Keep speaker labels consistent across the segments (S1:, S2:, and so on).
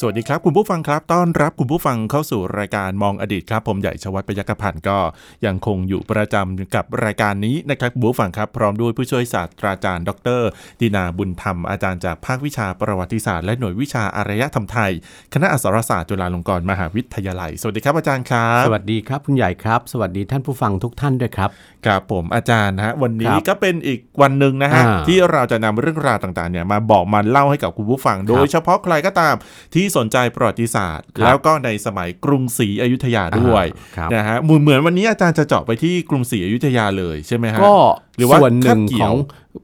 S1: สวัสดีครับ คุณผู้ฟังครับต้อนรับคุณผู้ฟังเข้าสู่รายการมองอดีตครับผมใหญ่ชวัฒน์ปยกพันธ์ก็ยังคงอยู่ประจำกับรายการนี้นะครับคุณผู้ฟังครับพร้อมด้วยผู้ช่วยศาสตราจารย์ ดรดินาบุญธรรมอาจารย์จากภาควิชาประวัติศาสตร์และหน่วยวิชาอารยธรรมไทย คณะอักษรศาสตร์จุฬาลงกรณ์มหาวิทยาลัย สวัสดีครับอาจารย์ครับ
S2: สวัสดีครับคุณใหญ่ครับ สวัสดีท่านผู้ฟังทุกท่านด้วยครับ
S1: ครับผมอาจารย์นะฮะวันนี้
S2: ครับ
S1: ก็เป็นอีกวันหนึ่งนะฮะ
S2: อ่า
S1: ที่เราจะนำเรื่องราวต่างๆเนี่ยมาบอกมาเล่าให้กับคุณผู้ฟัง โดยเฉพาะใครก็ตามที่สนใจประวัติศาสตร์
S2: ครับ
S1: แล้วก็ในสมัยกรุงศรีอยุธยาด้วย
S2: อ่าครับ
S1: นะฮะเหมือนเหมือนวันนี้อาจารย์จะเจาะไปที่กรุงศรีอยุธยาเลยใช่ไหมฮะ
S2: ก็
S1: หรือว่า
S2: ส่วนหนึ่
S1: คาบ
S2: ง
S1: เกี่
S2: ข
S1: ยว
S2: อง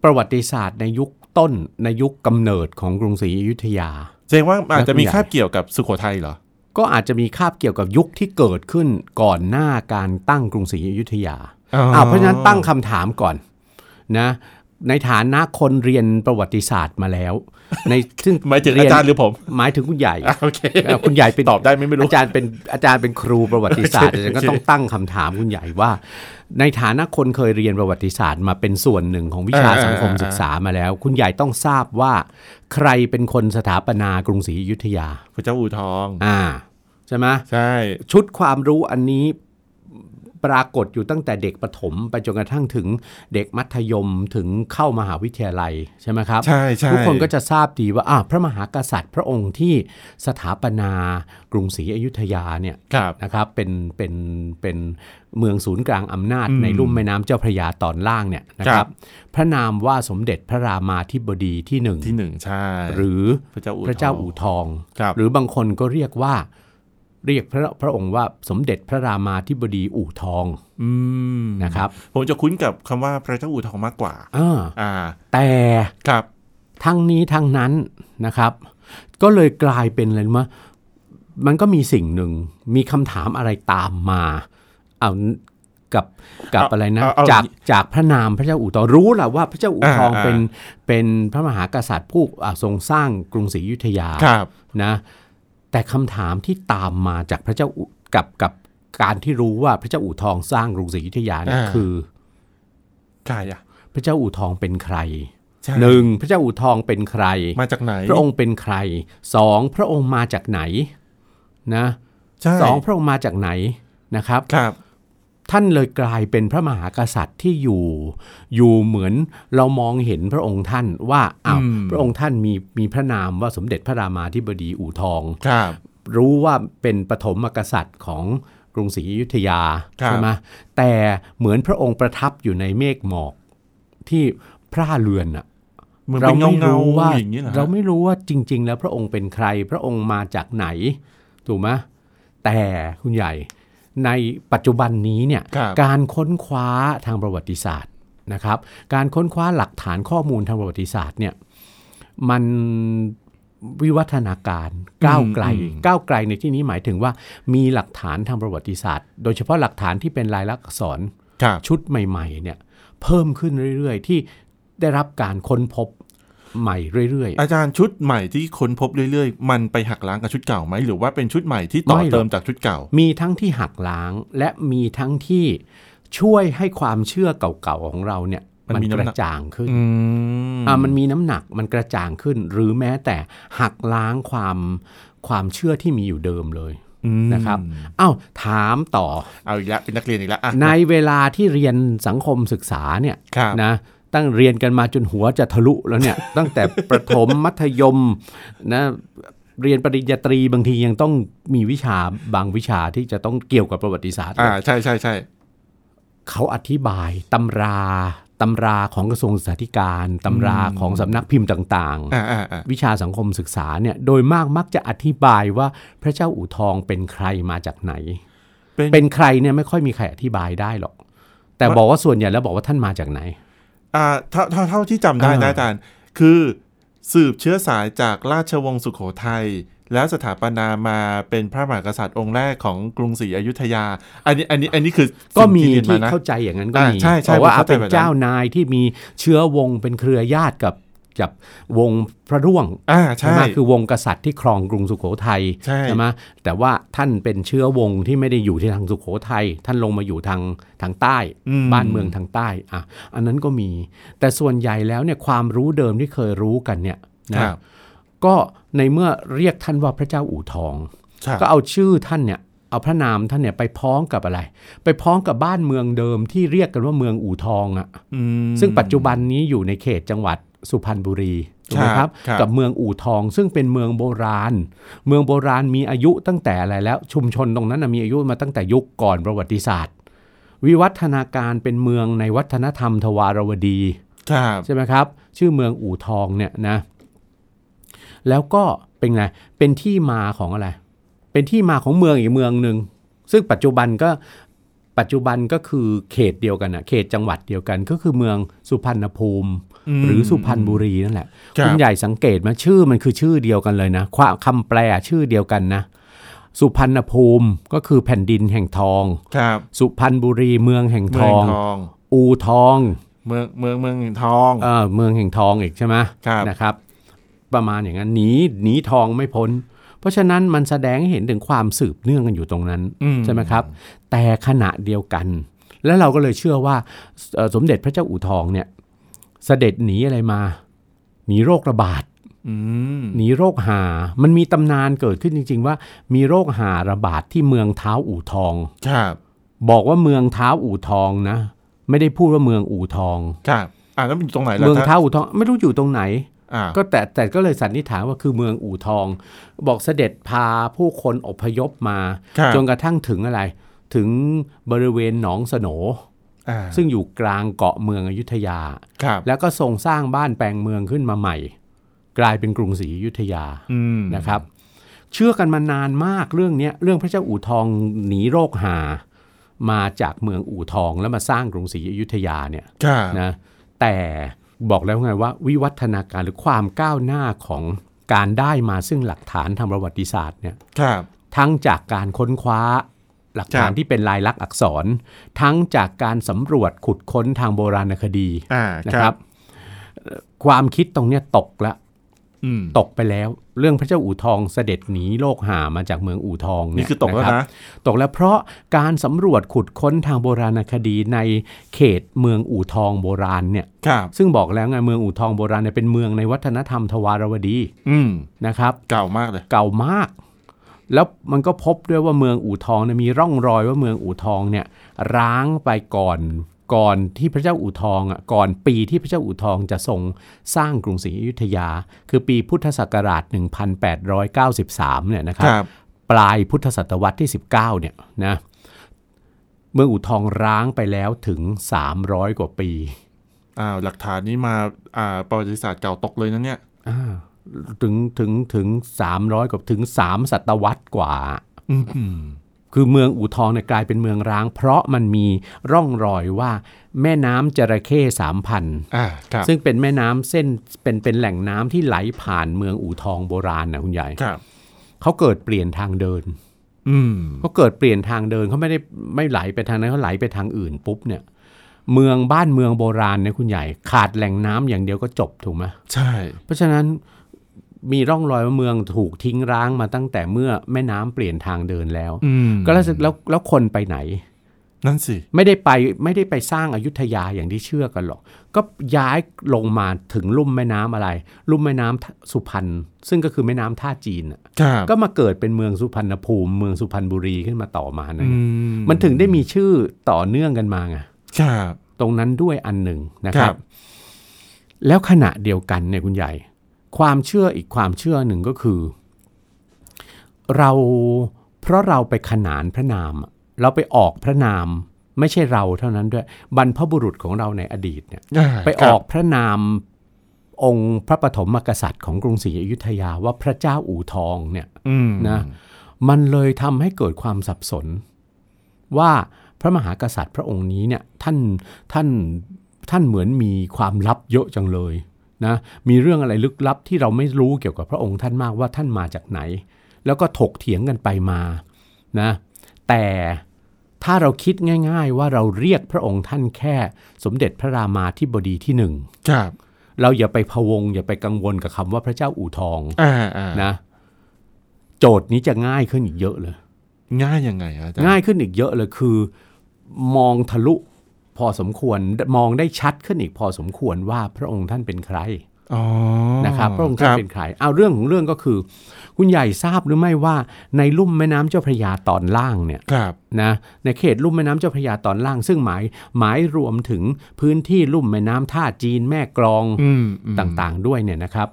S2: ประวัติศาสตร์ในยุคต้นในยุคกำเนิดของกรุงศรีอยุธยา
S1: แสดงว่าอาจจะมี
S2: แล้วก็
S1: คาบเกี่ยวกับสุโขทัยเหรอ
S2: ก็อาจจะมีคาบเกี่ยวกับยุคที่เกิดขึ้นก่อนหน้าการตั้งกรุงศรีอยุธยา
S1: อ๋อ
S2: อ้าวเพราะฉะนั้นตั้งคำถามก่อนนะ ในฐานะคนเรียนประวัติศาสตร์มาแล้ว ในซึ่ง
S1: หมายถึงอาจารย์หรือผม
S2: หมายถึงคุณใหญ่
S1: อ่ะโอเค
S2: เอ่อคุณใหญ่เป็น
S1: ตอบได้ไหมไม่รู้
S2: อาจารย์เป็นอาจารย์เป็นครูประวัติศาส ตร์อาจารย์ก็ต้องตั้งคำถามคุณใหญ่ว่า ในฐานะคนเคยเรียนประวัติศาสตร์มาเป็นส่วนหนึ่งของวิชา
S1: เออเออ
S2: สังคม
S1: เออ
S2: ศึกษามาแล้ว คุณใหญ่ต้องทราบว่า ใครเป็นคนสถาปนากรุงศรีอยุธยา
S1: พระเจ้าอู่ทอง
S2: อ่าใช่ไหม
S1: ใช่
S2: ชุดความรู้อันนี้ปรากฏอยู่ตั้งแต่เด็กประถม ไปจนกระทั่งถึงเด็กมัธยมถึงเข้ามหาวิทยาลัยใช่ไหมครับ
S1: ใช่ใช่
S2: ทุกคนก็จะทราบดีว่าอ่ะพระมหากษัตริย์พระองค์ที่สถาปนากรุงศรีอยุธยาเนี่ย
S1: ครับ
S2: นะครับเป็นเป็นเป็นเมืองศูนย์กลางอำนาจ
S1: อืม
S2: ในลุ่มแม่น้ำเจ้าพระยาตอนล่างเนี่ยนะค
S1: ครั
S2: รับ บ พระนามว่าสมเด็จพระรามาธิบดีที่หนึ่ง
S1: ที่หนึ่งใช่
S2: หรือ
S1: พระเจ้าอู่
S2: พระเจ้า
S1: ทอง
S2: อู่ทอง
S1: ครับ
S2: หรือบางคนก็เรียกว่าเรียกพระพระองค์ว่าสมเด็จพระรามาธิบดีอู่ทอง
S1: อืม
S2: นะครับ
S1: ผมจะคุ้นกับคำว่าพระเจ้าอู่ทองมากกว่า
S2: อ่า
S1: อ่า
S2: แต่
S1: ครับ
S2: ทั้งนี้ทั้งนั้นนะครับ ก็เลยกลายเป็นอะไรรู้มะมันก็มีสิ่งหนึ่ง มีคำถามอะไรตามมา เอากับกับ
S1: เอา
S2: อะไรนะ
S1: เอาเอา
S2: จากจากพระนามพระเจ้าอู่ทองรู้แหละว่าพระเจ้าอู่ทอง
S1: อ่า
S2: เป็นเป็นพระมหากษัตริย์ผู้อ่าทรงสร้างกรุงศรีอยุธยา
S1: ครับ
S2: นะแต่คำถามที่ตามมาจากพระเจ้าอู่กับกับการที่รู้ว่าพระเจ้าอู่ทองสร้างกรุงศรีอยุธยาเนี่ย
S1: อ่า
S2: คือ
S1: ใครอ่ะ
S2: พระเจ้าอู่ทองเป็นใคร
S1: ใช่
S2: หนึ่งพระเจ้าอู่ทองเป็นใคร
S1: มาจากไหน
S2: พระองค์เป็นใครสองพระองค์มาจากไหนนะ
S1: ใช่
S2: สองพระองค์มาจากไหนนะครับ
S1: ครับ
S2: ท่านเลยกลายเป็นพระมหากษัตริย์ที่อยู่ อยู่เหมือนเรามองเห็นพระองค์ท่านว่าอ้าว
S1: อืม
S2: พระองค์ท่านมีมีพระนามว่าสมเด็จพระรามาธิบดีอู่ทอง
S1: ครับ
S2: รู้ว่าเป็นปฐมกษัตริย์ของกรุงศรีอยุธยา
S1: ครับ
S2: ใช่ไหมแต่เหมือนพระองค์ประทับอยู่ในเมฆหมอกที่พร่าเรือนอะ
S1: เหมือน
S2: เรา
S1: เป็นเงา
S2: ไม่
S1: เงา
S2: รู้ว่า
S1: อย่างนี้เหรอฮะ
S2: เราไม่รู้ว่าจริง ๆ แล้วพระองค์เป็นใคร พระองค์มาจากไหน ถูกไหมแต่คุณใหญ่ในปัจจุบันนี้เนี่ย
S1: ครับ
S2: การค้นคว้าทางประวัติศาสตร์นะครับ การค้นคว้าหลักฐานข้อมูลทางประวัติศาสตร์เนี่ยมันวิวัฒนาการก้าวไกล
S1: อืม
S2: ก้าวไกลในที่นี้หมายถึงว่ามีหลักฐานทางประวัติศาสตร์ โดยเฉพาะหลักฐานที่เป็นลายลักษณ์อักษร
S1: ครับ
S2: ชุดใหม่ๆเนี่ยเพิ่มขึ้นเรื่อยๆ ที่ได้รับการค้นพบใหม่เรื่อย
S1: อาจารย์ชุดใหม่ที่ค้นพบเรื่อยๆ มันไปหักล้างกับชุดเก่าไหม หรือว่าเป็นชุดใหม่ที่ต่อ
S2: ไม่หรอก
S1: เติมจากชุดเก่า
S2: ๆ มีทั้งที่หักล้างและมีทั้งที่ช่วยให้ความเชื่อเก่าๆของเราเนี่ย
S1: มัน
S2: มัน
S1: มี
S2: ก
S1: น้ำหนัก
S2: ระจ่างขึ้น
S1: อืม
S2: อ่ะมันมีน้ำหนักมันกระจ่างขึ้น หรือแม้แต่หักล้างความความเชื่อที่มีอยู่เดิมเลย
S1: อืม
S2: นะครับเอ้าถามต่อ
S1: เอาอีกแล้วเป็นนักเรียนอีกแล้วอ่ะ
S2: ในเวลาที่เรียนสังคมศึกษาเนี่ย
S1: ครับ
S2: นะตั้งเรียนกันมาจนหัวจะทะลุแล้ว เนี่ย ตั้งแต่ประถม มัธยมนะเรียนปริญญาตรีบางทียังต้องมีวิชาบางวิชาที่จะต้องเกี่ยวกับประวัติศาสตร์
S1: อ่าใช่ใช่ใช่
S2: เขาอธิบายตำราตำราของกระทรวงศึกษาธิการตำราของสำนักพิมพ์ต่าง
S1: อ่าอ่าอ่า
S2: ๆ วิชาสังคมศึกษาเนี่ยโดยมากมักจะอธิบายว่าพระเจ้าอู่ทองเป็นใครมาจากไหน
S1: เป็น
S2: เป็นใครเนี่ยไม่ค่อยมีใครอธิบายได้หรอก แต่บอกว่าส่วนใหญ่แล้วบอกว่าท่านมาจากไหน
S1: อ่าเท่าเท่าเท่าที่จำได้
S2: อ่าน
S1: นะอาจารย์ คือสืบเชื้อสายจากราชวงศ์สุโขทัย แล้วสถาปนามาเป็นพระมหากษัตริย์องค์แรกของกรุงศรีอยุธยา อันนี้อันนี้อันนี้คือ
S2: ก็
S1: สิ่ง
S2: มี
S1: เรียน
S2: ที่
S1: นะ
S2: เข้าใจอย่างนั้นก็
S1: อ่า
S2: มี
S1: ใช่ใช่
S2: แต่ว่า
S1: ผมเข้าใจ
S2: เป็น
S1: แบบนั้น
S2: เจ้านายที่มีเชื้อวงเป็นเครือญาติกับกับวงพระร่วง
S1: อ่า
S2: ใช่
S1: ใช่
S2: ไหมคือวงกษัตริย์ที่ครองกรุงสุโขทัย
S1: ใช่
S2: ไหมแต่ว่าท่านเป็นเชื้อวงที่ไม่ได้อยู่ที่ทางสุโขทัยท่านลงมาอยู่ทางทางใต้
S1: ม
S2: บ้านเมืองทางใต้ อ่ะ อันนั้นก็มี แต่ส่วนใหญ่แล้วเนี่ยความรู้เดิมที่เคยรู้กันเนี่ยนะครับ ก็ในเมื่อเรียกท่านว่าพระเจ้าอู่ทอง
S1: ครับ
S2: ก็เอาชื่อท่านเนี่ย เอาพระนามท่านเนี่ยไปพ้องกับอะไร ไปพ้องกับบ้านเมืองเดิมที่เรียกกันว่าเมืองอู่ทองอ่ะ
S1: อืม
S2: ซึ่งปัจจุบันนี้อยู่ในเขตจังหวัดสุพรรณบุรีถูกไหม
S1: ค
S2: ค
S1: รั
S2: รั
S1: บบ ครับ
S2: กับเมืองอู่ทองซึ่งเป็นเมืองโบราณ เมืองโบราณมีอายุตั้งแต่อะไรแล้ว ชุมชนตรงนั้นนะมีอายุมาตั้งแต่ยุคก่อนประวัติศาสตร์ วิวัฒนาการเป็นเมืองในวัฒนธรรมทวารวดี
S1: ครับ
S2: ใช่ไหมครับ ชื่อเมืองอู่ทองเนี่ยนะ แล้วก็เป็นไง เป็นที่มาของอะไร เป็นที่มาของเมืองอีกเมืองหนึ่ง ซึ่งปัจจุบันก็ปัจจุบันก็คือเขตเดียวกันอะเขตจังหวัดเดียวกัน ก็คือเมืองสุพรรณภูมิ
S1: ม
S2: หรือสุพรรณบุรีนั่นแหละ
S1: ครับ
S2: ณใหญ่สังเกตไหมาชื่อมันคือชื่อเดียวกันเลยนะความคำแปลชื่อเดียวกันนะ สุพรรณภูมิก็คือแผ่นดินแห่งทอง
S1: ครับ
S2: สุพรรณบุรีเมืองแห่ง
S1: เมื
S2: ท
S1: อง
S2: อง
S1: ทอง
S2: อูทอง
S1: เมืองเมืองเมืองทอง
S2: เออเมืองแห่งทองอีกใช่ไหม
S1: ครับ
S2: นะครับ ประมาณอย่างนั้นหนีหนีทองไม่พ้น เพราะฉะนั้นมันแสดงให้เห็นถึงความสืบเนื่องกันอยู่ตรงนั้น
S1: อืม
S2: ใช่ไหมครับ แต่ขณะเดียวกัน แล้วเราก็เลยเชื่อว่าเอ่อสมเด็จพระเจ้าอู่ทองเนี่ย เสด็จหนีอะไรมาหนีโรคระบาด
S1: อืม
S2: หนีโรคหา มันมีตำนานเกิดขึ้นจริง ๆ ว่ามีโรคหาระบาดที่เมืองเท้าอู่ทอง
S1: ครับ
S2: บอกว่าเมืองเท้าอู่ทองนะ ไม่ได้พูดว่าเมืองอู่ทอง
S1: ครับอ่าแล้วมันอยู่ตรงไหนล่ะ
S2: เมือง
S1: ครับ
S2: เท้าอู่ทองไม่รู้อยู่ตรงไหน
S1: อ่า
S2: ก็แต่แต่ก็เลยสันนิษฐานว่าคือเมืองอู่ทอง บอกเสด็จพาผู้คนอพยพมา
S1: ครับ
S2: จนกระทั่งถึงอะไร ถึงบริเวณหนองสโหน
S1: อ่า
S2: ซึ่งอยู่กลางเกาะเมืองอยุธยา
S1: ครับ
S2: แล้วก็ทรงสร้างบ้านแปลงเมืองขึ้นมาใหม่ กลายเป็นกรุงศรีอยุธยา
S1: อืม
S2: นะครับ เชื่อกันมานานมากเรื่องเนี้ยเรื่องพระเจ้าอู่ทองหนีโรคหา มาจากเมืองอู่ทองแล้วมาสร้างกรุงศรีอยุธยาเนี่ย
S1: ครับ
S2: นะแต่บอกแล้วไงว่าวิวัฒนาการหรือความก้าวหน้าของการได้มาซึ่งหลักฐานทางประวัติศาสตร์เนี่ย
S1: ครับ
S2: ทั้งจากการค้นคว้าหลักฐา
S1: ค
S2: น
S1: รับ
S2: ที่เป็นลายลักษณ์อักษร ทั้งจากการสำรวจขุดค้นทางโบราณคดี
S1: อ่า
S2: นะ
S1: ค
S2: ค
S1: รั
S2: รั
S1: บบ
S2: เอ่อความคิดตรงเนี้ยตกละ
S1: อืม
S2: ตกไปแล้ว เรื่องพระเจ้าอู่ทองเสด็จหนีโลกหามาจากเมืองอู่ทองเนี่
S1: นี่
S2: ย
S1: คือตกแล้ว
S2: รับ
S1: นะ
S2: ตกแล้วเพราะการสำรวจขุดค้นทางโบราณคดีในเขตเมืองอู่ทองโบราณเนี่ย
S1: ครับ
S2: ซึ่งบอกแล้วไงเมืองอู่ทองโบราณเนี่ยเป็นเมืองในวัฒนธรรมทวารวดี
S1: อืม
S2: นะครับ
S1: เก่ามากเลย
S2: เก่ามาก แล้วมันก็พบด้วยว่าเมืองอู่ทองเนี่ยมีร่องรอยว่าเมืองอู่ทองเนี่ยร้างไปก่อนก่อนที่พระเจ้าอู่ทองอ่ะก่อนปีที่พระเจ้าอู่ทองจะทรงสร้างกรุงศรีอยุธยา คือปีพุทธศักราช 1893เนี่ยนะครั
S1: ค
S2: บ
S1: รับ
S2: ปลายพุทธศตวรรษที่ 19เนี่ยนะเมืองอู่ทองร้างไปแล้วถึง 300 กว่าปี
S1: อ้าวหลักฐานนี้มาอ่าประวัติศาสตร์เก่าตกเลยนะเนี่ย
S2: อ่าถึงถึงถึงสามร้อยกว่าถึงสามศตวรรษกว่า
S1: อืม
S2: คือเมืองอู่ทองเนี่ยกลายเป็นเมืองร้าง เพราะมันมีร่องรอยว่าแม่น้ำจระเข้สามพัน
S1: อ่าครับ
S2: ซึ่งเป็นแม่น้ำเส้นเป็นเป็นแหล่งน้ำที่ไหลผ่านเมืองอู่ทองโบราณนะคุณใหญ่
S1: ครับ
S2: เขาเกิดเปลี่ยนทางเดิน
S1: อืม
S2: เขาเกิดเปลี่ยนทางเดินเขาไม่ได้ไม่ไหลไปทางนั้นเขาไหลไปทางอื่นปุ๊บเนี่ย เมืองบ้านเมืองโบราณเนี่ยคุณใหญ่ขาดแหล่งน้ำอย่างเดียวก็จบถูกไหม
S1: ใช่
S2: เพราะฉะนั้นมีร่องรอยว่าเมืองถูกทิ้งร้างมาตั้งแต่เมื่อแม่น้ำเปลี่ยนทางเดินแล้ว
S1: อืม
S2: ก็แล้วแล้วแล้วคนไปไหน
S1: นั่นสิ
S2: ไม่ได้ไปไม่ได้ไปสร้างอายุทยาอย่างที่เชื่อกันหรอก ก็ย้ายลงมาถึงลุ่มแม่น้ำอะไร ลุ่มแม่น้ำสุพรรณซึ่งก็คือแม่น้ำท่าจีนน่ะ
S1: ครับ
S2: ก็มาเกิดเป็นเมืองสุพรรณภูมิเมืองสุพรรณบุรีขึ้นมาต่อมานะ
S1: อื
S2: มันถึงได้มีชื่อต่อเนื่องกันมาไง
S1: ครับ
S2: ตรงนั้นด้วยอันหนึ่งนะค
S1: ครั
S2: รับ บ แล้วขณะเดียวกันเนี่ยคุณใหญ่ ความเชื่ออีกความเชื่อหนึ่งก็คือ เราเพราะเราไปขนานพระนามอะเราไปออกพระนาม ไม่ใช่เราเท่านั้นด้วยบรรพบุรุษของเราในอดีตเนี่ย
S1: อ่า
S2: ไปออก
S1: ครับ
S2: พระนามองค์พระปฐมกษัตริย์ของกรุงศรีอยุธยาว่าพระเจ้าอู่ทองเนี่ย
S1: อืม
S2: นะ มันเลยทำให้เกิดความสับสน ว่าพระมหากษัตริย์พระองค์นี้เนี่ยท่านท่านท่านเหมือนมีความลับเยอะจังเลยนะมีเรื่องอะไรลึกลับที่เราไม่รู้เกี่ยวกับพระองค์ท่านมากว่าท่านมาจากไหน แล้วก็ถกเถียงกันไปมานะแต่ถ้าเราคิดง่าย ๆ ว่าเราเรียกพระองค์ท่านแค่ สมเด็จพระรามาธิบดีที่หนึ่ง
S1: ครับ
S2: เราอย่าไปพะวง อย่าไปกังวลกับคำว่าพระเจ้าอู่ทอง
S1: อ่าอ่า
S2: นะโจทย์นี้จะง่ายขึ้นอีกเยอะเลย
S1: ง่ายยังไงอะอาจารย์
S2: ง่ายขึ้นอีกเยอะเลยคือ มองทะลุพอสมควรมองได้ชัดขึ้นอีกพอสมควรว่าพระองค์ท่านเป็นใคร
S1: อ๋อ
S2: นะครับพระองค์ท่านเป็นใครเอาเรื่องของเรื่องก็คือ คุณใหญ่ทราบหรือไม่ว่าในลุ่มแม่น้ำเจ้าพระยาตอนล่างเนี่ย
S1: ครับ
S2: นะในเขตลุ่มแม่น้ำเจ้าพระยาตอนล่าง ซึ่งหมายหมายรวมถึงพื้นที่ลุ่มแม่น้ำท่าจีนแม่กลอง
S1: อืมอืม
S2: ต่างๆด้วยเนี่ยนะครับ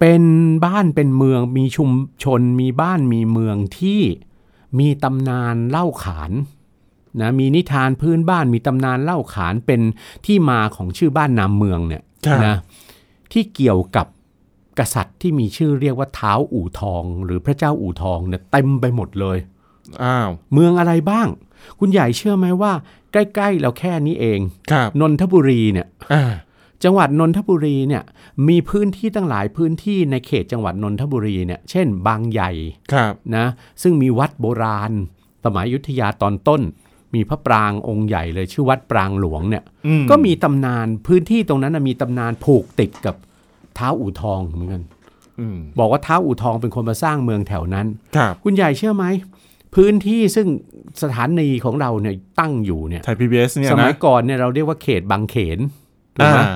S2: เป็นบ้านเป็นเมืองมีชุมชนมีบ้านมีเมืองที่มีตำนานเล่าขานนะมีนิทานพื้นบ้านมีตำนานเล่าขานเป็นที่มาของชื่อบ้านนามเมืองเนี่ย
S1: ครับ
S2: นะที่เกี่ยวกับกษัตริย์ที่มีชื่อเรียกว่าเท้าอู่ทอง หรือพระเจ้าอู่ทองเนี่ยเต็มไปหมดเลย
S1: อ้าว
S2: เมืองอะไรบ้าง คุณใหญ่เชื่อไหมว่า ใกล้ๆเราแค่นี้เอง
S1: ครับ
S2: นนทบุรีเนี่ย
S1: อ่า
S2: จังหวัดนนทบุรีเนี่ยมีพื้นที่ตั้งหลายพื้นที่ในเขตจังหวัดนนทบุรีเนี่ยเช่น บางใหญ่
S1: ครับ
S2: นะซึ่งมีวัดโบราณ สมัยอยุทธยาตอนต้น มีพระปรางองค์ใหญ่เลยชื่อวัดปรางหลวงเนี่ย
S1: อืม
S2: ก็มีตำนานพื้นที่ตรงนั้นนะมีตำนานผูกติดกับเท้าอู่ทองเหมือนกัน
S1: อืม
S2: บอกว่าเท้าอู่ทองเป็นคนมาสร้างเมืองแถวนั้น
S1: ครับ
S2: คุณใหญ่เชื่อไหมพื้นที่ซึ่งสถานีของเราเนี่ยตั้งอยู่เนี่ย
S1: ไทยพีบีเอสเนี่ย
S2: สมั
S1: นะ
S2: ยก่อนเนี่ยเราเรียกว่าเขตบางเขนถูกไหม
S1: อ่า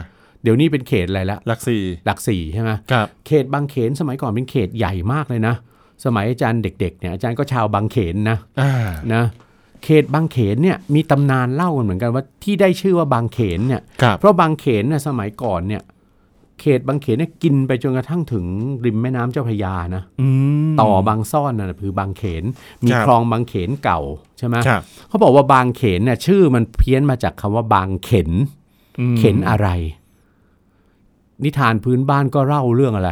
S2: เดี๋ยวนี้เป็นเขตอะไรละ
S1: หลักสี่
S2: หลักสี่ใช่ไหม
S1: ครับ
S2: เขตบางเขนสมัยก่อนเป็นเขตใหญ่มากเลยนะ สมัยอาจารย์เด็กๆเนี่ยอาจารย์ก็ชาวบางเขนนะ
S1: อ่า
S2: นะเขตบางเขนเนี่ยมีตำนานเล่ากันเหมือนกันว่าที่ได้ชื่อว่าบางเขนเนี่ย
S1: ครับ
S2: เพราะบางเขนเนี่ยสมัยก่อนเนี่ยเขตบางเขนเนี่ยกินไปจนกระทั่งถึงริมแม่น้ำเจ้าพระยานะ
S1: อืม
S2: ต่อบางซ่อนนะคือบางเขนมี
S1: ครับ
S2: คลองบางเขนเก่าใช่ไหม
S1: ครับ
S2: เขาบอกว่าบางเขนเนี่ยชื่อมันเพี้ยนมาจากคำว่าบางเขน
S1: อืม
S2: เข็นอะไร นิทานพื้นบ้านก็เล่าเรื่องอะไร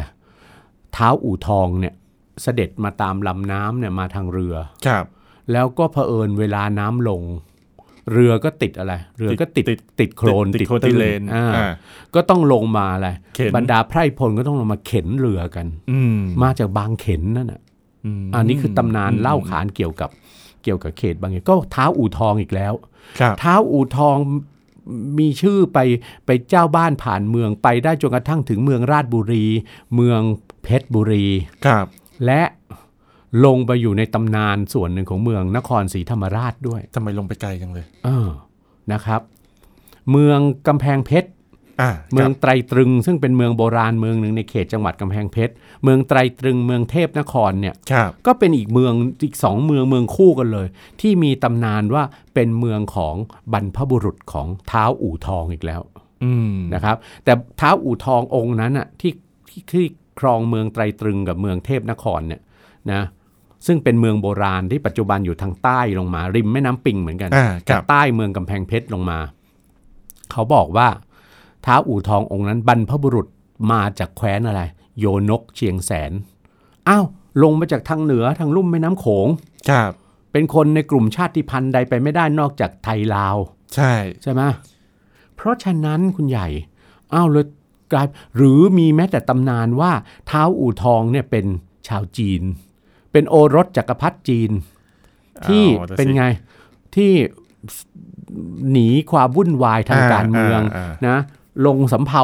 S2: เท้าอู่ทองเนี่ย เสด็จมาตามลำน้ำเนี่ยมาทางเรือ
S1: ครับ
S2: แล้วก็เผอิญเวลาน้ำลง เรือก็ติดอะไร เรือก็ติด
S1: ติด
S2: ติดโคลน
S1: ติดโคลนติด
S2: ตื้
S1: เลน
S2: อ่า
S1: อ่า
S2: ก็ต้องลงมาอะไร
S1: เข็น
S2: บรรดาไพร่พลก็ต้องลงมาเข็นเรือกัน
S1: อืม
S2: มาจากบางเข็นนั่นน่ะ
S1: ม
S2: อันนี้คือตำนานเล่าขานเกี่ยวกับเกี่ยวกับเขตบางเขนก็เท้าอู่ทองอีกแล้ว
S1: ครับ
S2: เท้าอู่ทองมีชื่อไปไปเจ้าบ้านผ่านเมืองไปได้จนกระทั่งถึงเมืองราชบุรี เมืองเพชรบุรี
S1: ครับ
S2: และลงไปอยู่ในตำนานส่วนหนึ่งของเมืองนครศรีธรรมราชด้วย
S1: ทำไมลงไปไกลจังเลย
S2: เออนะครับ เมืองกำแพงเพชร
S1: อ่า
S2: เมือง
S1: ครับ
S2: ไตรตรึง ซึ่งเป็นเมืองโบราณเมืองหนึ่งในเขตจังหวัดกำแพงเพชรเมืองไตรตรึงเมืองเทพนครเนี่ย
S1: ครับ
S2: ก็เป็นอีกเมืองอีกสองเมืองเมืองคู่กันเลย ที่มีตำนานว่าเป็นเมืองของบรรพบุรุษของเท้าวอู่ทองอีกแล้ว
S1: อืม
S2: นะครับ แต่เท้าวอู่ทององค์นั้นอ่ะที่ที่ที่ครองเมืองไตรตรึงกับเมืองเทพนครเนี่ยนะซึ่งเป็นเมืองโบราณที่ปัจจุบันอยู่ทางใต้ลงมา ริมแม่น้ำปิงเหมือนกัน
S1: อ่าครับ
S2: ใต้เมืองกำแพงเพชรลงมา เขาบอกว่าท้าวอู่ทององค์นั้นบรรพบุรุษมาจากแคว้นอะไร โยนกเชียงแสน อ้าว ลงมาจากทางเหนือทางลุ่มแม่น้ำโขง
S1: ครับ
S2: เป็นคนในกลุ่มชาติพันธุ์ใดไปไม่ได้นอกจากไทยลาว
S1: ใช่
S2: ใช่ไหมเพราะฉะนั้นคุณใหญ่ อ้าวเลยกลายหรือมีแม้แต่ตำนานว่าเท้าวอู่ทองเนี่ยเป็นชาวจีน เป็นโอรสจักรพรรดิจีน ที่
S1: อาแต่
S2: เป็น
S1: สิ
S2: ไงที่หนีความวุ่นวายทาง
S1: อ่า
S2: การเมือง
S1: อ่าอ่าน
S2: นะลงสำเภา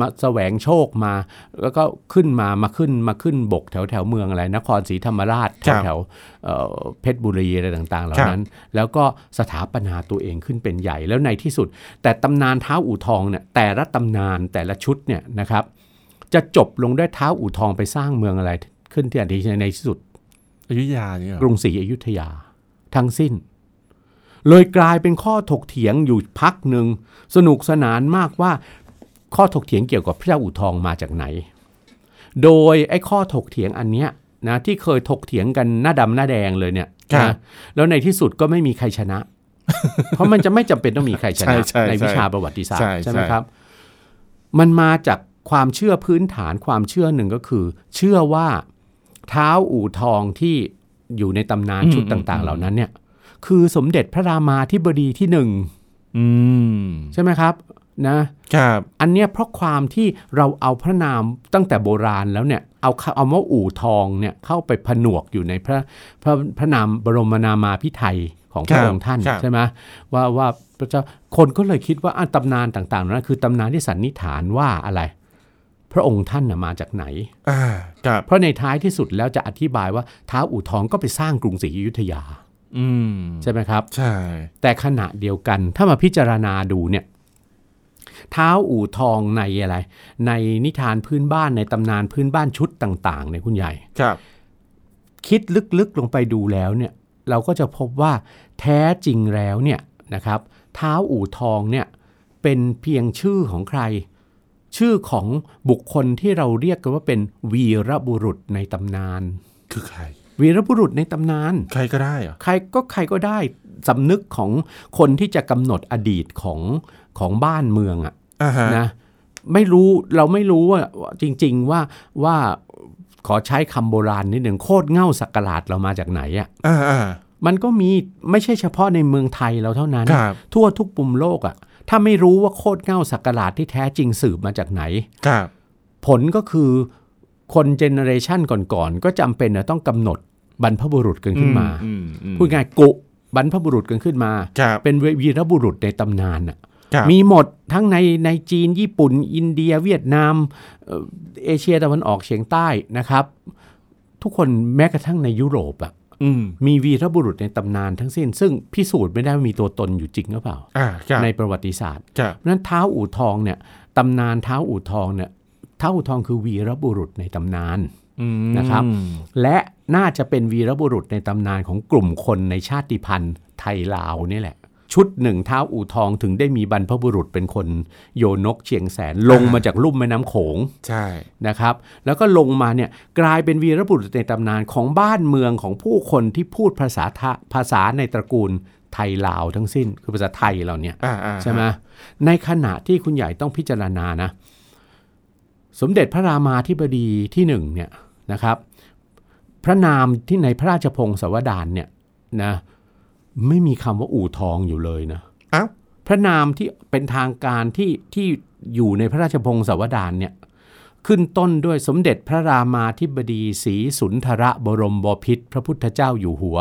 S2: มาแสวงโชคมา แล้วก็ขึ้นมามาขึ้นมาขึ้นบกแถวแถวเมืองอะไรนครศรีธรรมราชแถวแถวเอ่อเพชรบุรีอะไรต่างๆ เหล่านั้น แล้วก็สถาปนาตัวเองขึ้นเป็นใหญ่แล้วในที่สุด แต่ตำนานเท้าอู่ทองเนี่ยแต่ละตำนานแต่ละชุดเนี่ยนะครับ จะจบลงด้วยเท้าอู่ทองไปสร้างเมืองอะไรขึ้นที่อันที่ในที่สุด
S1: อยุธยาเนี่ยเหรอก
S2: รุงศรีอยุธยาทั้งสิ้น เลยกลายเป็นข้อถกเถียงอยู่พักหนึ่ง สนุกสนานมากว่าข้อถกเถียงเกี่ยวกับพระเจ้าอู่ทองมาจากไหน โดยไอ้ข้อถกเถียงอันเนี้ยนะที่เคยถกเถียงกันหน้าดำหน้าแดงเลยเนี่ยนะแล้วในที่สุดก็ไม่มีใครช นะ เพราะมันจะไม่จำเป็นต้องมีใครชนะ
S1: ใช่ใช่ใช่
S2: วิชาประวัติศาสต
S1: ใช่
S2: ร์ใช่ไหม
S1: ใช่
S2: ครับ มันมาจากความเชื่อพื้นฐานความเชื่อหนึ่งก็คือ เชื่อว่าเท้าอู่ทองที่อยู่ในตำนาน
S1: อืม
S2: ชุด
S1: อืม
S2: ต่างๆ เหล่านั้นเนี่ย คือสมเด็จพระรามาธิบดีที่หนึ่ง
S1: อืม
S2: ใช่ไหมครับ นะ
S1: ครับ
S2: อันเนี้ยเพราะความที่เราเอาพระนามตั้งแต่โบราณแล้วเนี่ยเอาคำเอาว่าอู่ทองเนี่ยเข้าไปผนวกอยู่ในพระพระพระนามบรมนามาพิไทยของพ
S1: ครั
S2: ระ
S1: บ
S2: องค์ท่าน
S1: ครับ
S2: ใช่ไหมว่าว่าพระเจ้าคนก็เลยคิดว่าอ่ะตำนานต่างๆนั้นคือตำนานที่สันนิษฐานว่าอะไร พระองค์ท่านน่ะมาจากไหน
S1: อ่าครับ
S2: เพราะในท้ายที่สุดแล้วจะอธิบายว่าท้าวอู่ทองก็ไปสร้างกรุงศรีอยุธยา
S1: อืม
S2: ใช่ไหมครับ
S1: ใช่
S2: แต่ขณะเดียวกันถ้ามาพิจารณาดูเนี่ยเท้าอู่ทองในอะไร ในนิทานพื้นบ้านในตำนานพื้นบ้านชุดต่างๆเนี่ยคุณใหญ่
S1: ครับ
S2: คิดลึกๆลงไปดูแล้วเนี่ยเราก็จะพบว่าแท้จริงแล้วเนี่ยนะครับเท้าอู่ทองเนี่ยเป็นเพียงชื่อของใคร ชื่อของบุคคลที่เราเรียกกันว่าเป็นวีรบุรุษในตำนาน
S1: คือใคร
S2: วีรบุรุษในตำนาน
S1: ใครก็ได้เหรอ
S2: ใครก็ใครก็ได้สำนึกของคนที่จะกำหนดอดีตของของบ้านเมืองอะ
S1: อ่าฮะ
S2: นะไม่รู้เราไม่รู้ว่าจริง ๆว่าว่าขอใช้คำโบราณนิดหนึ่งโคตรเง่าสักกะหลาดเรามาจากไหนอะ
S1: อ่าอ่า
S2: มันก็มีไม่ใช่เฉพาะในเมืองไทยเราเท่านั้น
S1: ครับ
S2: ทั่วทุกปุ่มโลกอะถ้าไม่รู้ว่าโคตรเง่าสักกะหลาดที่แท้จริงสืบมาจากไหน
S1: ครับ
S2: ผลก็คือคนเจเนอเรชันก่อนๆก็จำเป็นจะต้องกำหนดบรรพบุรุษกันขึ้นมา
S1: อืมอืม
S2: พูดง่ายๆกุบรรพบุรุษกันขึ้นมา
S1: ครับ
S2: เป็นวีรบุรุษในตำนานน่ะ
S1: ครับ
S2: มีหมดทั้งในในจีนญี่ปุ่น อินเดีย เวียดนามเอ่อเอเชียตะวันออกเฉียงใต้นะครับ ทุกคนแม้กระทั่งในยุโรปอะ
S1: อืม
S2: มีวีรบุรุษในตำนานทั้งสิ้น ซึ่งพิสูจน์ไม่ได้ว่ามีตัวตนอยู่จริงหรือเปล่า
S1: อ่าครับ
S2: ในประวัติศาสตร์
S1: ครับ
S2: เพราะฉะนั้นเท้าอู่ทองเนี่ยตำนานเท้าอู่ทองเนี่ยเท้าอู่ทองคือวีรบุรุษในตำนาน
S1: อืม
S2: นะครับ และน่าจะเป็นวีรบุรุษในตำนานของกลุ่มคนในชาติพันธุ์ไทยลาวนี่แหละ ชุดหนึ่งเท้าอู่ทองถึงได้มีบรรพบุรุษเป็นคนโยนกเชียงแสนลงมาจากลุ่มแม่น้ำโขง
S1: ใช่
S2: นะครับ แล้วก็ลงมาเนี่ยกลายเป็นวีรบุรุษในตำนานของบ้านเมืองของผู้คนที่พูดภาษาทะภาษาในตระกูลไทยลาวทั้งสิ้น คือภาษาไทยเราเนี่ย
S1: อ่าอ่า
S2: ใช่ไหมในขณะที่คุณใหญ่ต้องพิจารณานะ สมเด็จพระรามาธิบดีที่หนึ่งเนี่ยนะครับ พระนามที่ในพระราชพงศาวดารเนี่ยนะไม่มีคำว่าอู่ทองอยู่เลยนะ
S1: อ้าว
S2: พระนามที่เป็นทางการที่ที่อยู่ในพระราชพงศาวดารเนี่ยขึ้นต้นด้วยสมเด็จพระรามาธิบดีศรีสุนทระบรมบพิตรพระพุทธเจ้าอยู่หัว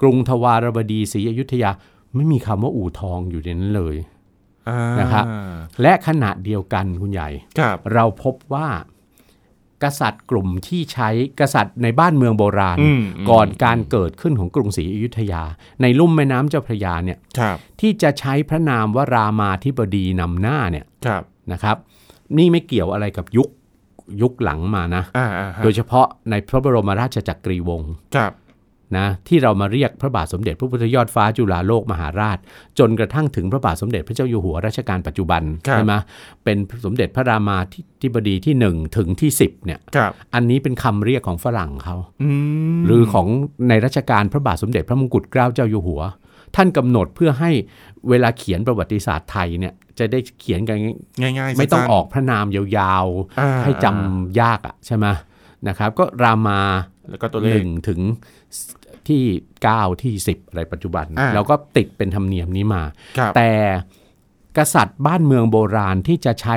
S2: กรุงทวารวดีศรีอยุธยาไม่มีคำว่าอู่ทองอยู่ในนั้นเลย
S1: อ่า
S2: นะครับ และขณะเดียวกันคุณใหญ่
S1: ครับ
S2: เราพบว่า กษัตริย์กลุ่มที่ใช้กษัตริย์ในบ้านเมืองโบราณ
S1: อืมม
S2: ก่อนการเกิดขึ้นของกรุงศรีอยุธยา ในลุ่มแม่น้ำเจ้าพระยาเนี่ย
S1: ครับ
S2: ที่จะใช้พระนามว่ารามาธิบดีนำหน้าเนี่ย
S1: ครับ
S2: นะครับ นี่ไม่เกี่ยวอะไรกับยุคยุคหลังมานะ
S1: อ่าอ่าฮะ
S2: โดยเฉพาะในพระบรมราชจักรีวงศ์
S1: ครับ
S2: นะที่เรามาเรียกพระบาทสมเด็จพระพุทธยอดฟ้าจุฬาโลกมหาราช จนกระทั่งถึงพระบาทสมเด็จพระเจ้าอยู่หัวรัชกาลปัจจุบันใช่ไหมเป็นสมเด็จพระรามาธิบดีที่ 1 ถึงที่ 10เนี่ย
S1: ครับ
S2: อันนี้เป็นคำเรียกของฝรั่งเขา
S1: อืม
S2: หรือของในรัชกาลพระบาทสมเด็จพระมงกุฎเกล้าเจ้าอยู่หัว ท่านกำหนดเพื่อให้เวลาเขียนประวัติศาสตร์ไทยเนี่ยจะได้เขียนกัน
S1: ง่ายๆ
S2: ไม่ต้อง
S1: สั้นๆ
S2: ออกพระนามยาว
S1: อ่า
S2: ๆ ให้จำยากอะใช่ไหมนะครับก็รามา
S1: แล้วก็ตัวเลข
S2: หนึ่งถึงที่ 9 ที่ 10 อะไรปัจจุบัน
S1: อ่า
S2: แล้วก็ติดเป็นธรรมเนียมนี้มา
S1: ครับ
S2: แต่กษัตริย์บ้านเมืองโบราณที่จะใช้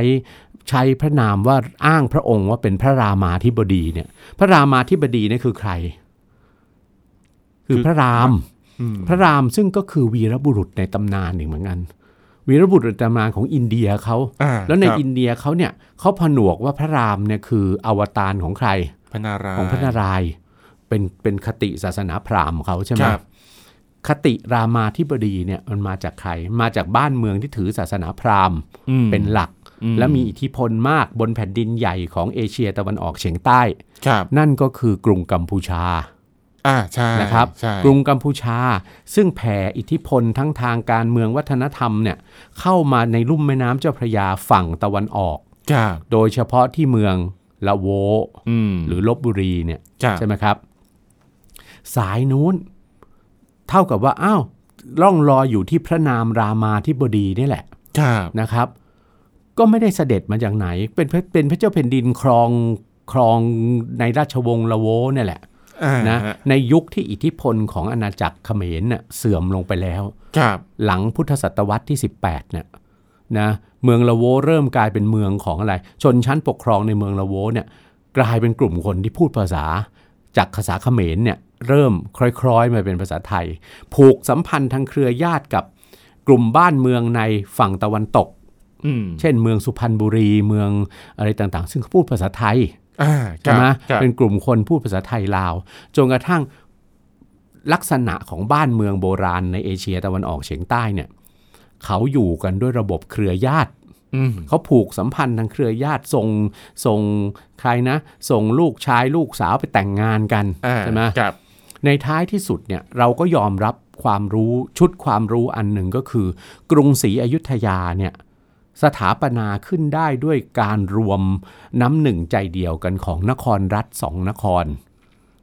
S2: ใช้พระนามว่าอ้างพระองค์ว่าเป็นพระรามาธิบดีเนี่ยพระรามาธิบดีเนี่ยคือใคร คือพระราม
S1: อืม
S2: พระรามซึ่งก็คือวีรบุรุษในตำนานอีกเหมือนกัน วีรบุรุษในตำนานของอินเดียเขา
S1: อ่า
S2: แล้วใน
S1: ครับ
S2: อินเดียเขาเนี่ยเขาผนวกว่าพระรามเนี่ยคืออวตารของใคร
S1: พระนารายณ์
S2: ของพระนารายณ์เป็นเป็นคติศาสนาพราหมณ์เขาใช่ไหม
S1: ครับ
S2: คติรามาธิบดีเนี่ยมันมาจากใคร มาจากบ้านเมืองที่ถือศาสนาพราหมณ์
S1: อืม
S2: เป็นหลัก
S1: อื
S2: และมีอิทธิพลมากบนแผ่นดินใหญ่ของเอเชียตะวันออกเฉียงใต้
S1: ครับ
S2: นั่นก็คือกรุงกัมพูชา
S1: อ่าใช่
S2: นะครับ
S1: ใช่
S2: กรุงกัมพูชา ซึ่งแผ่อิทธิพลทั้งทางการเมืองวัฒนธรรมเนี่ยเข้ามาในลุ่มแม่น้ำเจ้าพระยาฝั่งตะวันออก
S1: ครับ
S2: โดยเฉพาะที่เมืองละโว
S1: อืม
S2: หรือลบบุรีเนี่ย
S1: ครับ
S2: ใช่ไหมครับ สายนู้น เท่ากับว่าอ้าวร่องรอยอยู่ที่พระนามรามาธิบดีนี่แหละ
S1: ครับ
S2: นะครับ ก็ไม่ได้เสด็จมาจากไหน เป็นพระเป็นพระเจ้าแผ่นดินครองครองในราชวงศ์ละโวเนี่ยแหละ
S1: อ่า
S2: นะ
S1: ฮะ
S2: ในยุคที่อิทธิพลของอาณาจักรเขมรเน่ะเสื่อมลงไปแล้ว
S1: ครับ
S2: หลังพุทธศตวรรษที่ 18เนี่ย นะเมืองละโวเริ่มกลายเป็นเมืองของอะไร ชนชั้นปกครองในเมืองละโวเนี่ยกลายเป็นกลุ่มคนที่พูดภาษา จากภาษาเขมรเนี่ยเริ่มคล้อยๆ มาเป็นภาษาไทย ผูกสัมพันธ์ทางเครือญาติกับกลุ่มบ้านเมืองในฝั่งตะวันตก
S1: อืม
S2: เช่นเมืองสุพรรณบุรีเมืองอะไรต่างๆ ซึ่งเขาพูดภาษาไทย
S1: อ่า
S2: ใช่ไหม
S1: ครับ
S2: เป็นกลุ่มคนพูดภาษาไทยลาว จนกระทั่งลักษณะของบ้านเมืองโบราณในเอเชียตะวันออกเฉียงใต้เนี่ยเขาอยู่กันด้วยระบบเครือญาติ
S1: อืม
S2: เขาผูกสัมพันธ์ทางเครือญาติส่งส่งใครนะ ส่งลูกชายลูกสาวไปแต่งงานกัน
S1: อ่า
S2: ใช่ไหม
S1: ครับ
S2: ในท้ายที่สุดเนี่ยเราก็ยอมรับความรู้ชุดความรู้อันหนึ่งก็คือ กรุงศรีอยุธยาเนี่ยสถาปนาขึ้นได้ด้วยการรวมน้ำหนึ่งใจเดียวกันของนครรัฐสองนคร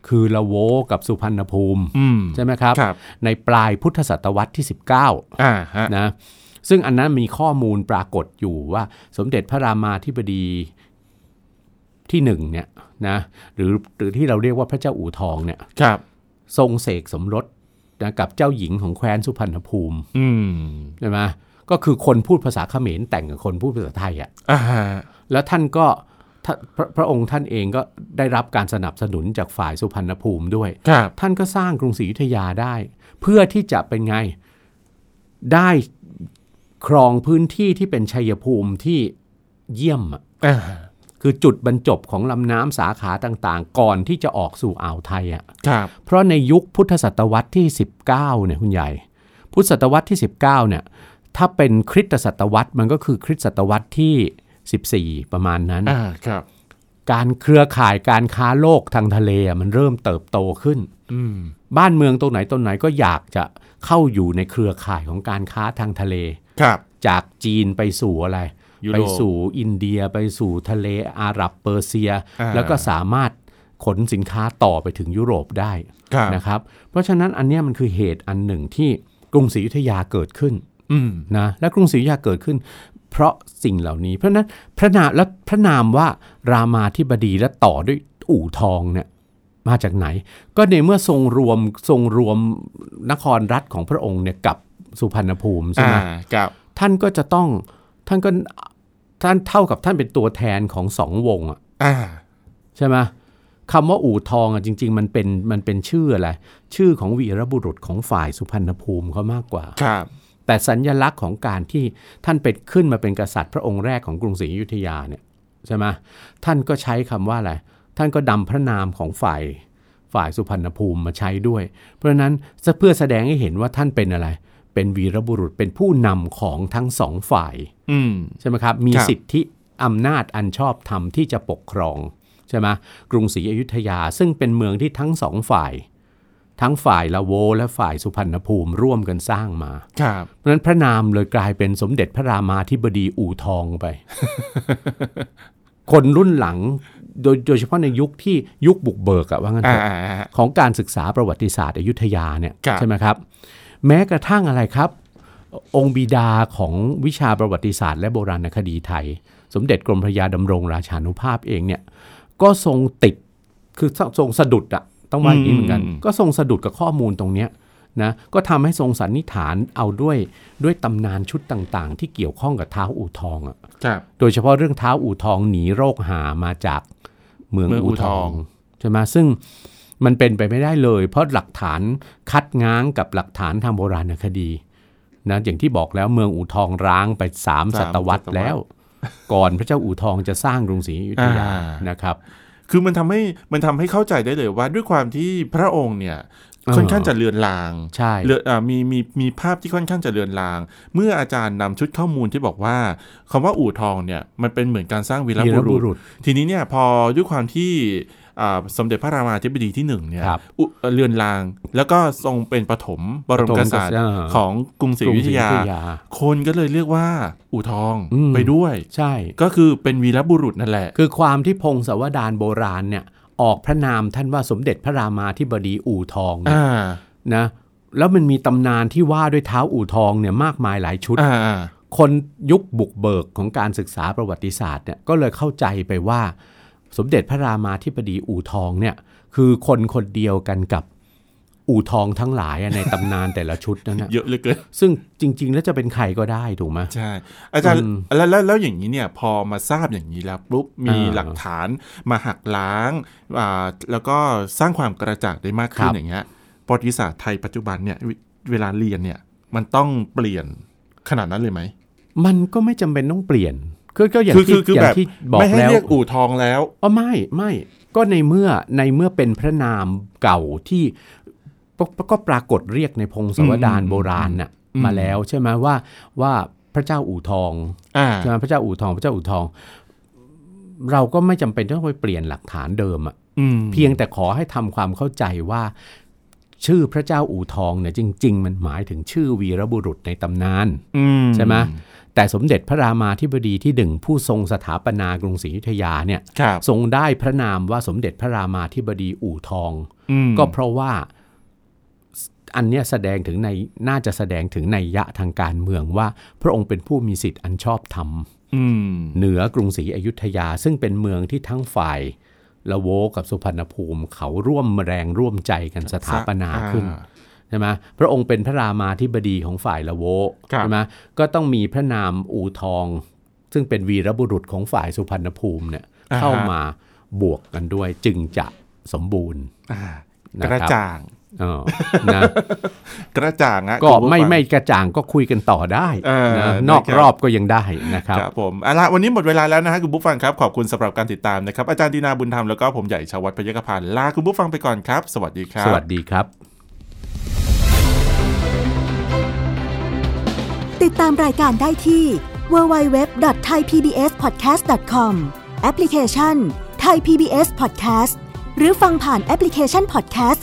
S2: คือละโวกับสุพรรณภูมิ
S1: อืม
S2: ใช่ไหมครับ
S1: ครับ
S2: ในปลายพุทธศตวรรษที่ 19
S1: อ่าฮะ
S2: นะซึ่งอันนั้นมีข้อมูลปรากฏอยู่ว่าสมเด็จพระรามาธิบดีที่หนึ่งเนี่ยนะหรือหรือที่เราเรียกว่าพระเจ้าอู่ทองเนี่ย
S1: ครับ
S2: ทรงเสกสมรสนะกับเจ้าหญิงของแคว้นสุพรรณภูมิ
S1: อืม
S2: ใช่ไหมก็คือคนพูดภาษาเขมรแต่งกับคนพูดภาษาไทยอะ่ะ
S1: อ่าฮะ
S2: แล้วท่านก็ท่าพระพระองค์ท่านเองก็ได้รับการสนับสนุนจากฝ่ายสุพรรณภูมิด้วย
S1: ครับ
S2: ท่านก็สร้างกรุงศรีอยุธยาได้ เพื่อที่จะเป็นไงได้ครองพื้นที่ที่เป็นชัยภูมิที่เยี่ยมอะ
S1: อ่า
S2: คือจุดบรรจบของลำน้ำสาขาต่างๆ ก่อนที่จะออกสู่อ่าวไทยอ่ะ
S1: ครับ
S2: เพราะในยุคพุทธศตวรรษที่ 19เนี่ยคุณใหญ่ พุทธศตวรรษที่ 19เนี่ยถ้าเป็นคริสตศตวรรษมันก็คือคริสตศตวรรษที่ 14 ประมาณนั้น
S1: อ่าครับ
S2: การเครือข่ายการค้าโลกทางทะเลอะมันเริ่มเติบโตขึ้น
S1: อืม
S2: บ้านเมืองตรงไหนตรงไหนก็อยากจะเข้าอยู่ในเครือข่ายของการค้าทางทะเล
S1: ครับ
S2: จากจีนไปสู่อะไร
S1: ยุโรป
S2: ไปสู่อินเดียไปสู่ทะเลอาหรับเปอร์เซีย
S1: อ่า
S2: แล้วก็สามารถขนสินค้าต่อไปถึงยุโรปได้
S1: ครับ
S2: นะครับ เพราะฉะนั้นอันเนี้ยมันคือเหตุอันหนึ่งที่กรุงศรีอยุธยาเกิดขึ้น
S1: อืม
S2: นะและกรุงศรีอยุธยาเกิดขึ้น เพราะสิ่งเหล่านี้เพราะฉะนั้นพระนามและพระนามว่ารามาธิบดีและต่อด้วยอู่ทองเนี่ย มาจากไหน ก็ในเมื่อทรงรวมทรงรวมนครรัฐของพระองค์เนี่ยกับสุพรรณภูมิใช่
S1: อ่า
S2: ไหม
S1: ครับ
S2: ท่านก็จะต้องท่านก็ท่านเท่ากับท่านเป็นตัวแทนของสองวงอะ
S1: อ่า
S2: ใช่ไหมคำว่าอู่ทองอะจริง ๆ มันเป็นมันเป็นชื่ออะไร ชื่อของวีรบุรุษของฝ่ายสุพรรณภูมิเขามากกว่า
S1: ครับ
S2: แต่สัญญลักษณ์ของการที่ท่านเป็นขึ้นมาเป็นกษัตริย์พระองค์แรกของกรุงศรีอยุธยาเนี่ยใช่ไหมท่านก็ใช้คำว่าอะไร ท่านก็นำพระนามของฝ่ายฝ่ายสุพรรณภูมิมาใช้ด้วย เพราะฉะนั้นเพื่อแสดงให้เห็นว่าท่านเป็นอะไร เป็นวีรบุรุษเป็นผู้นำของทั้งสองฝ่าย
S1: อืม
S2: ใช่ไหมครับ มี
S1: ครับ
S2: สิทธิอำนาจอันชอบธรรมที่จะปกครองใช่ไหมกรุงศรีอยุธยาซึ่งเป็นเมืองที่ทั้งสองฝ่าย ทั้งฝ่ายละโวและฝ่ายสุพรรณภูมิร่วมกันสร้างมา
S1: ครับ
S2: เพราะฉะนั้นพระนามเลยกลายเป็นสมเด็จพระรามาธิบดีอู่ทอง ไป คนรุ่นหลังโดยโดยเฉพาะในยุคที่ยุคบุกเบิกอะว่างั้น
S1: อ่า
S2: เถอะ
S1: อ่าอ่า
S2: ของการศึกษาประวัติศาสตร์อยุธยาเนี่ย
S1: ครับ
S2: ใช่ไหมครับ แม้กระทั่งอะไรครับ องค์บิดาของวิชาประวัติศาสตร์และโบราณคดีไทย สมเด็จกรมพระยาดำรงราชานุภาพเองเนี่ยก็ทรงติดคือทรงสะดุดอะต้องว่าอย่างนี้เหมือนกัน
S1: อืม
S2: ก็ทรงสะดุดกับข้อมูลตรงเนี้ยนะก็ทำให้ทรงสันนิษฐานเอาด้วยด้วยตำนานชุดต่างๆ ที่เกี่ยวข้องกับเท้าวอู่ทองอะ
S1: ครับ
S2: โดยเฉพาะเรื่องเท้าวอู่ทองหนีโรคหามาจากเมือง
S1: เมืองอู่
S2: อู่ท
S1: ท
S2: อ
S1: อง ง
S2: ใช่ไหมซึ่งมันเป็นไปไม่ได้เลย เพราะหลักฐานคัดง้างกับหลักฐานทางโบราณคดีนะอย่างที่บอกแล้วเมืองอู่ทองร้างไปสามศตวรรษแล้ว ก่อนพระเจ้าอู่ทองจะสร้างกรุงศรีอยุธยานะครับ
S1: คือมันทำให้มันทำให้เข้าใจได้เลยว่าด้วยความที่พระองค์เนี่ย
S2: เออ
S1: ค่อนข้างจะเลือนลาง
S2: ใช่
S1: เลือนอ่ามีมีมีภาพที่ค่อนข้างจะเลือนลาง เมื่ออาจารย์นำชุดข้อมูลที่บอกว่าคำว่าอู่ทองเนี่ยมันเป็นเหมือนการสร้างวีร
S2: วีร
S1: บุรุ
S2: บุ
S1: ษ
S2: รุษ
S1: ทีนี้เนี่ยพอด้วยความที่อ่าสมเด็จพระรามาธิบดีที่หนึ่งเนี่ย
S2: ครับ
S1: อุเลือนลาง แล้วก็ทรงเป็นปฐมบรมกษัตริย์
S2: ปฐมกษัตริย์
S1: ของกรุงศรีอยุธยา
S2: กรุงศรีอยุธ
S1: คนก็เลยเรียกว่าอู่ทอง
S2: อืม
S1: ไปด้วย
S2: ใช่
S1: ก็คือเป็นวีรบุรุษนั่นแหละ
S2: คือความที่พงศาวดารโบราณเนี่ยออกพระนามท่านว่าสมเด็จพระรามาธิบดีอู่ทองเนี่ย
S1: อ่า
S2: นะแล้วมันมีตำนานที่ว่าด้วยเท้าอู่ทองเนี่ยมากมายหลายชุด
S1: อ่าอ่า
S2: คนยุคบุกเบิกของการศึกษาประวัติศาสตร์เนี่ยก็เลยเข้าใจไปว่า สมเด็จพระรามาธิบดีอู่ทองเนี่ยคือคนคนเดียวกันกับ อู่ทองทั้งหลายอะในตำนานแต่ละชุดนั่นนะ
S1: เยอะเหลือเกิน
S2: ซึ่งจริง ๆ แล้วจะเป็นใครก็ได้ถูกไหม
S1: ใช่ อาจารย์
S2: อืม
S1: แล้วแล้วแล้วอย่างนี้เนี่ยพอมาทราบอย่างนี้แล้วปุ๊บมี
S2: อ่า
S1: หลักฐานมาหักล้างอ่าแล้วก็สร้างความกระจ่างได้มากขึ้น
S2: ครับ
S1: อย่างเงี้ยประวัติศาสตร์ไทยปัจจุบันเนี่ยเวเวลาเรียนเนี่ยมันต้องเปลี่ยนขนาดนั้นเลยไหม
S2: มันก็ไม่จำเป็นต้องเปลี่ยนก็ก็อย่าง
S1: คือคื
S2: ที่
S1: อคือ
S2: อย่า
S1: แบ
S2: ง
S1: บ
S2: ที่บอก
S1: ไม่ให้
S2: แล้ว
S1: เรียกอู่ทองแล้ว
S2: อ๋อไม่ไม่ก็ในเมื่อในเมื่อเป็นพระนามเก่าที่ปรก็ปรากฏเรียกในพงศาวดาร
S1: อืม
S2: โบราณน่ะ
S1: อืม
S2: มาแล้วใช่ไหมว่าว่าพระเจ้าอู่ทอง
S1: อ่า
S2: ใช่ไหมพระเจ้าอู่ทอง พระเจ้าอู่ทอง เราก็ไม่จำเป็นต้องไปเปลี่ยนหลักฐานเดิมอะ
S1: อืม
S2: เพียงแต่ขอให้ทำความเข้าใจว่า ชื่อพระเจ้าอู่ทองเนี่ยจริง ๆ มันหมายถึงชื่อวีรบุรุษในตำนาน
S1: อื
S2: ใช่ไหมแต่สมเด็จพระรามาธิบดีที่หนึ่งผู้ทรงสถาปนากรุงศรีอยุธยาเนี่ย
S1: ครับ
S2: ทรงได้พระนามว่าสมเด็จพระรามาธิบดีอู่ทอง
S1: อืม
S2: ก็เพราะว่าอันเนี้ยแสดงถึงในน่าจะแสดงถึงในยยะทางการเมืองว่า พระองค์เป็นผู้มีสิทธิ์อันชอบธรรม
S1: อืม
S2: เหนือกรุงศรีอยุธยา ซึ่งเป็นเมืองที่ทั้งฝ่ายละโวกับสุพรรณภูมิ เขาร่วมแรงร่วมใจกันสถาปนาขึ้น
S1: อ่
S2: ใช่ไหมพระองค์เป็นพระรามาธิบดีของฝ่ายละโว
S1: ครับ
S2: ใช่ไหมก็ต้องมีพระนามอูทอง ซึ่งเป็นวีรบุรุษของฝ่ายสุพรรณภูมิเนี่ยเข้ามาบวกกันด้วยจึงจะสมบูรณ์
S1: อ่า
S2: นะ
S1: ก
S2: ครั
S1: ระ
S2: บ
S1: จ่าง
S2: เออ นะ
S1: กระจ่างอะ
S2: ก็
S1: คุณผู้
S2: ไม่
S1: ฟัง
S2: ไม่กระจ่างก็คุยกันต่อได้
S1: เออ
S2: นะ
S1: นะครับ
S2: นอกรอบก็ยังได้นะครับ
S1: ครับผมเอาละวันนี้หมดเวลาแล้วนะฮะคุณผู้ฟังครับ ขอบคุณสำหรับการติดตามนะครับ อาจารย์ดีนาบุญธรรมแล้วก็ผมใหญ่ชาววัดพยกพันธ์ลาคุณผู้ฟังไปก่อนครับ สวัสดีครับ
S2: สวัสดีครับ
S3: ติดตามรายการได้ที่ www.thaipbspodcast.com แอปพลิเคชัน Thai PBS Podcast หรือฟังผ่านแอปพลิเคชัน Podcast